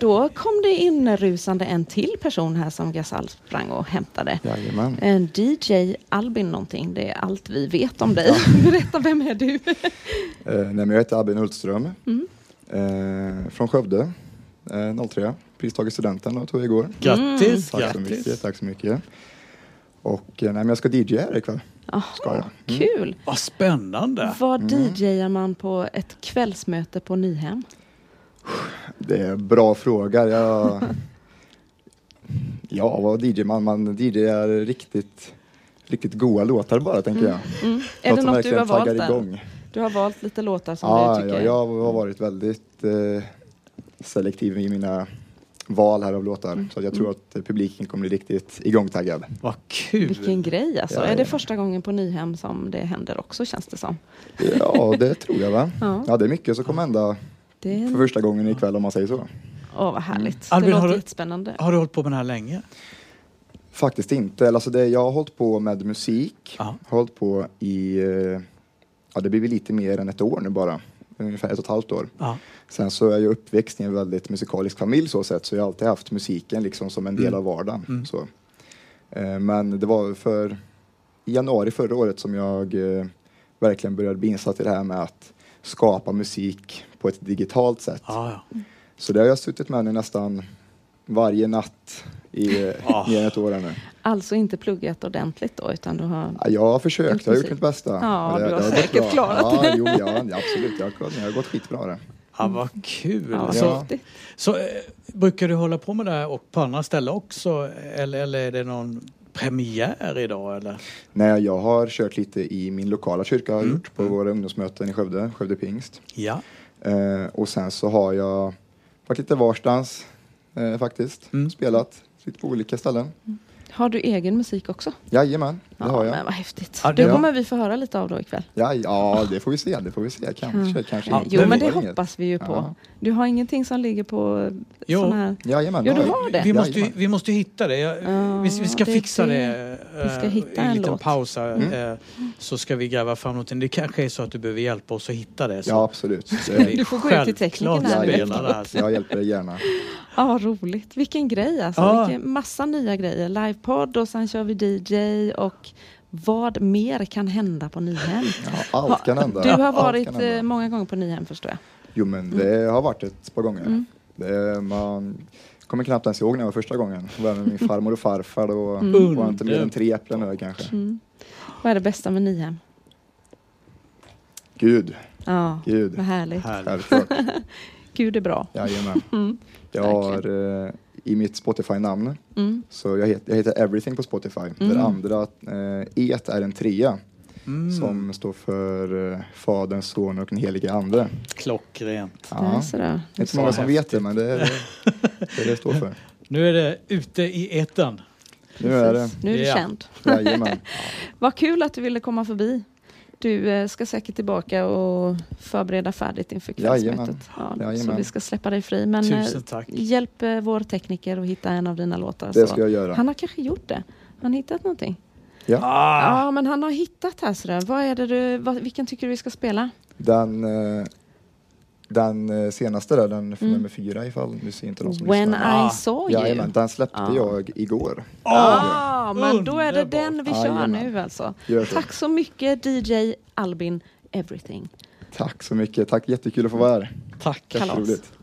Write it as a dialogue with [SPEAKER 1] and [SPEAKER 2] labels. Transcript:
[SPEAKER 1] Då kom det inrusande en till person här som Gasall sprang och hämtade.
[SPEAKER 2] Jajamän.
[SPEAKER 1] En DJ Albin någonting, det är allt vi vet om dig. Berätta, vem är du?
[SPEAKER 2] Eh, nej, men jag heter Albin Hultström.
[SPEAKER 1] Mm.
[SPEAKER 2] Eh, från Skövde. Eh, 03. Pristagare studenten då, tog jag igår.
[SPEAKER 3] Grattis,
[SPEAKER 2] Tack så mycket.
[SPEAKER 3] grattis.
[SPEAKER 2] Tack så mycket. Och eh, nej, men jag ska DJa här ikväll. Ska jag. Mm.
[SPEAKER 1] Kul!
[SPEAKER 3] Vad spännande.
[SPEAKER 1] Vad DJar man på ett kvällsmöte på Nyhem?
[SPEAKER 2] Det är en bra fråga. Jag... ja, vad DJ man? Man DJar riktigt, riktigt goa låtar bara, tänker jag.
[SPEAKER 1] Mm. Är det
[SPEAKER 2] som
[SPEAKER 1] något du har
[SPEAKER 2] verkligen
[SPEAKER 1] valt
[SPEAKER 2] taggar
[SPEAKER 1] där?
[SPEAKER 2] igång.
[SPEAKER 1] Du har valt lite låtar som
[SPEAKER 2] Ja,
[SPEAKER 1] du tycker
[SPEAKER 2] ja, jag har varit väldigt eh, selektiv i mina val här av låtar.
[SPEAKER 1] Mm.
[SPEAKER 2] Så att jag tror att eh, publiken kommer bli riktigt igångtaggad.
[SPEAKER 3] Vad kul.
[SPEAKER 1] Vilken grej alltså.
[SPEAKER 2] Ja,
[SPEAKER 1] Är det
[SPEAKER 2] ja.
[SPEAKER 1] första gången på Nyhem som det händer också känns det som.
[SPEAKER 2] Ja, det tror jag va?
[SPEAKER 1] Ja.
[SPEAKER 2] Ja, Mm. det är mycket som kommer hända
[SPEAKER 1] Det är...
[SPEAKER 2] för första gången ikväll om man säger så.
[SPEAKER 1] Åh vad härligt.
[SPEAKER 3] Albin,
[SPEAKER 1] det
[SPEAKER 3] har
[SPEAKER 1] låter
[SPEAKER 3] du-
[SPEAKER 1] jättespännande.
[SPEAKER 3] Har du hållit på med den här länge?
[SPEAKER 2] Faktiskt inte. Eller, Alltså det, jag har hållit på med musik.
[SPEAKER 3] Ja.
[SPEAKER 2] Hållit på i, eh, ja det blir väl lite mer än ett år nu bara. Ungefär ett och ett halvt år.
[SPEAKER 3] Ja.
[SPEAKER 2] Sen så är jag ju uppväxt i en väldigt musikalisk familj så sett så jag har alltid haft musiken liksom som en del
[SPEAKER 1] Mm.
[SPEAKER 2] av vardagen. Så. Eh, Men det var för i januari förra året som jag eh, verkligen började bli insatt i det här med att skapa musik på ett digitalt sätt.
[SPEAKER 3] Ja, ja.
[SPEAKER 2] Så det har jag suttit med nu nästan varje natt i eh,
[SPEAKER 3] Ah.
[SPEAKER 2] mer än ett år här nu.
[SPEAKER 1] Alltså inte pluggat ordentligt då utan du har...
[SPEAKER 2] Ja, Jag har försökt, jag har gjort
[SPEAKER 1] Inklusive-
[SPEAKER 2] mitt bästa.
[SPEAKER 1] Ja,
[SPEAKER 2] Men
[SPEAKER 1] du har
[SPEAKER 2] gått
[SPEAKER 1] säkert
[SPEAKER 2] bra.
[SPEAKER 1] klarat
[SPEAKER 2] ja, jo, ja, absolut, jag har, kunnat- jag har gått skitbra det.
[SPEAKER 3] ja vad kul.
[SPEAKER 1] Ja, vad
[SPEAKER 2] Ja.
[SPEAKER 3] Så,
[SPEAKER 1] häftigt.
[SPEAKER 3] så eh, brukar du hålla på med det här och på andra ställen också? Eller, eller är det någon premiär idag eller?
[SPEAKER 2] Nej, jag har kört lite i min lokala kyrka, har jag
[SPEAKER 3] Mm,
[SPEAKER 2] gjort på våra ungdomsmöten i Skövde, Skövde Pingst.
[SPEAKER 3] Ja.
[SPEAKER 2] Eh, och sen så har jag varit lite varstans eh, faktiskt,
[SPEAKER 3] Mm.
[SPEAKER 2] spelat lite på olika ställen.
[SPEAKER 1] Har du egen musik också?
[SPEAKER 2] Jajamän, det har
[SPEAKER 1] Men
[SPEAKER 2] jag.
[SPEAKER 1] vad häftigt.
[SPEAKER 3] Ja, det-
[SPEAKER 1] det
[SPEAKER 2] Ja.
[SPEAKER 1] kommer vi få höra lite av då ikväll.
[SPEAKER 2] Ja, ja, det får vi se, det får vi se. Kanske, kanske
[SPEAKER 3] Ja,
[SPEAKER 1] Mm.
[SPEAKER 2] inte.
[SPEAKER 1] jo,
[SPEAKER 3] det
[SPEAKER 1] men det
[SPEAKER 2] var inget.
[SPEAKER 1] hoppas vi ju på.
[SPEAKER 2] Ja.
[SPEAKER 1] Du har ingenting som ligger på eh,
[SPEAKER 3] Jo.
[SPEAKER 1] sån här...
[SPEAKER 2] Jajamän,
[SPEAKER 1] Jo, du
[SPEAKER 2] jag.
[SPEAKER 1] har det.
[SPEAKER 3] Vi måste, ju,
[SPEAKER 2] Jajamän.
[SPEAKER 3] vi måste ju hitta det. Jag,
[SPEAKER 1] Ja,
[SPEAKER 3] vi, vi ska
[SPEAKER 1] det är
[SPEAKER 3] fixa
[SPEAKER 1] det.
[SPEAKER 3] det.
[SPEAKER 1] Vi ska
[SPEAKER 3] eh,
[SPEAKER 1] hitta
[SPEAKER 3] i
[SPEAKER 1] en
[SPEAKER 3] liten
[SPEAKER 1] låt.
[SPEAKER 3] paus här,
[SPEAKER 2] Mm.
[SPEAKER 3] eh, så ska vi gräva fram någonting. Det kanske är så att du behöver hjälpa oss att hitta det. Så
[SPEAKER 2] Ja, absolut.
[SPEAKER 3] vi
[SPEAKER 2] Det,
[SPEAKER 1] Du får gå ut till
[SPEAKER 3] självklart
[SPEAKER 1] teknikerna här
[SPEAKER 2] jag,
[SPEAKER 3] spelar
[SPEAKER 1] nu.
[SPEAKER 3] det här.
[SPEAKER 2] hjälper, jag hjälper dig gärna.
[SPEAKER 1] Ja, vad roligt. Vilken grej alltså.
[SPEAKER 3] Ja.
[SPEAKER 1] Vilken massa nya grejer. Livepodd och sen kör vi DJ och vad mer kan hända på Nyhem?
[SPEAKER 2] Ja, allt kan hända.
[SPEAKER 1] Du har
[SPEAKER 2] Allt
[SPEAKER 1] varit
[SPEAKER 2] kan hända.
[SPEAKER 1] eh, Mm. många gånger på Nyhem förstår jag.
[SPEAKER 2] Jo, men det har varit ett par gånger.
[SPEAKER 1] Mm.
[SPEAKER 2] Det, Eh, man kommer knappt ens ihåg när jag var första gången. Jag var med min farmor och farfar. Då var Mm. jag inte mer än tre äpplen över kanske.
[SPEAKER 1] Mm. Vad är det bästa med Nyhem?
[SPEAKER 2] Gud,
[SPEAKER 1] Ja,
[SPEAKER 2] Gud.
[SPEAKER 1] vad härligt.
[SPEAKER 3] Härligt.
[SPEAKER 2] självklart.
[SPEAKER 1] Gud är bra.
[SPEAKER 2] Jajamän.
[SPEAKER 3] Mm.
[SPEAKER 2] Jag har eh, i mitt Spotify-namn,
[SPEAKER 1] Mm.
[SPEAKER 2] så jag heter, jag heter Everything på Spotify. Där andra eh, et är en trea
[SPEAKER 3] Mm.
[SPEAKER 2] som står för eh, Fadern, Sonen och den helige Ande.
[SPEAKER 3] Klockrent.
[SPEAKER 1] Där
[SPEAKER 2] Ja.
[SPEAKER 1] ser du.
[SPEAKER 2] Det är inte så många som vet det, men det är det är det det står för.
[SPEAKER 3] Nu är det ute i etern.
[SPEAKER 2] Nu är det.
[SPEAKER 1] Nu är du
[SPEAKER 3] Ja.
[SPEAKER 1] känd.
[SPEAKER 2] Jajamän.
[SPEAKER 1] Vad kul att du ville komma förbi. Du eh, ska säkert tillbaka och förbereda färdigt inför
[SPEAKER 2] Jajamän.
[SPEAKER 1] kvällsmötet. Ja, så
[SPEAKER 2] Jajamän.
[SPEAKER 1] vi ska släppa dig fri. Men eh,
[SPEAKER 3] Tusen tack.
[SPEAKER 1] hjälp eh, vår tekniker att hitta en av dina låtar.
[SPEAKER 2] Det
[SPEAKER 1] så.
[SPEAKER 2] ska jag göra.
[SPEAKER 1] Han har kanske gjort det. Han har hittat någonting.
[SPEAKER 3] Ah,
[SPEAKER 1] Ja, men han har hittat här sådär. Vad är det du, vad, vilken tycker du vi ska spela?
[SPEAKER 2] Den, eh, den eh, senaste där, den f- nummer fyra ifall nu ser inte någon som
[SPEAKER 1] Mm. When
[SPEAKER 2] lyssnar.
[SPEAKER 3] Ah.
[SPEAKER 1] I saw you.
[SPEAKER 2] Jajamän, den släppte
[SPEAKER 1] Ah.
[SPEAKER 2] jag igår.
[SPEAKER 1] ah, men då är det
[SPEAKER 3] Underbart.
[SPEAKER 1] den vi kör
[SPEAKER 2] Jajamän.
[SPEAKER 1] nu alltså.
[SPEAKER 2] Gör så.
[SPEAKER 1] Tack så mycket DJ Albin Everything.
[SPEAKER 2] Tack så mycket, tack jättekul att få vara här.
[SPEAKER 3] tack.
[SPEAKER 1] Kalas.
[SPEAKER 2] Roligt.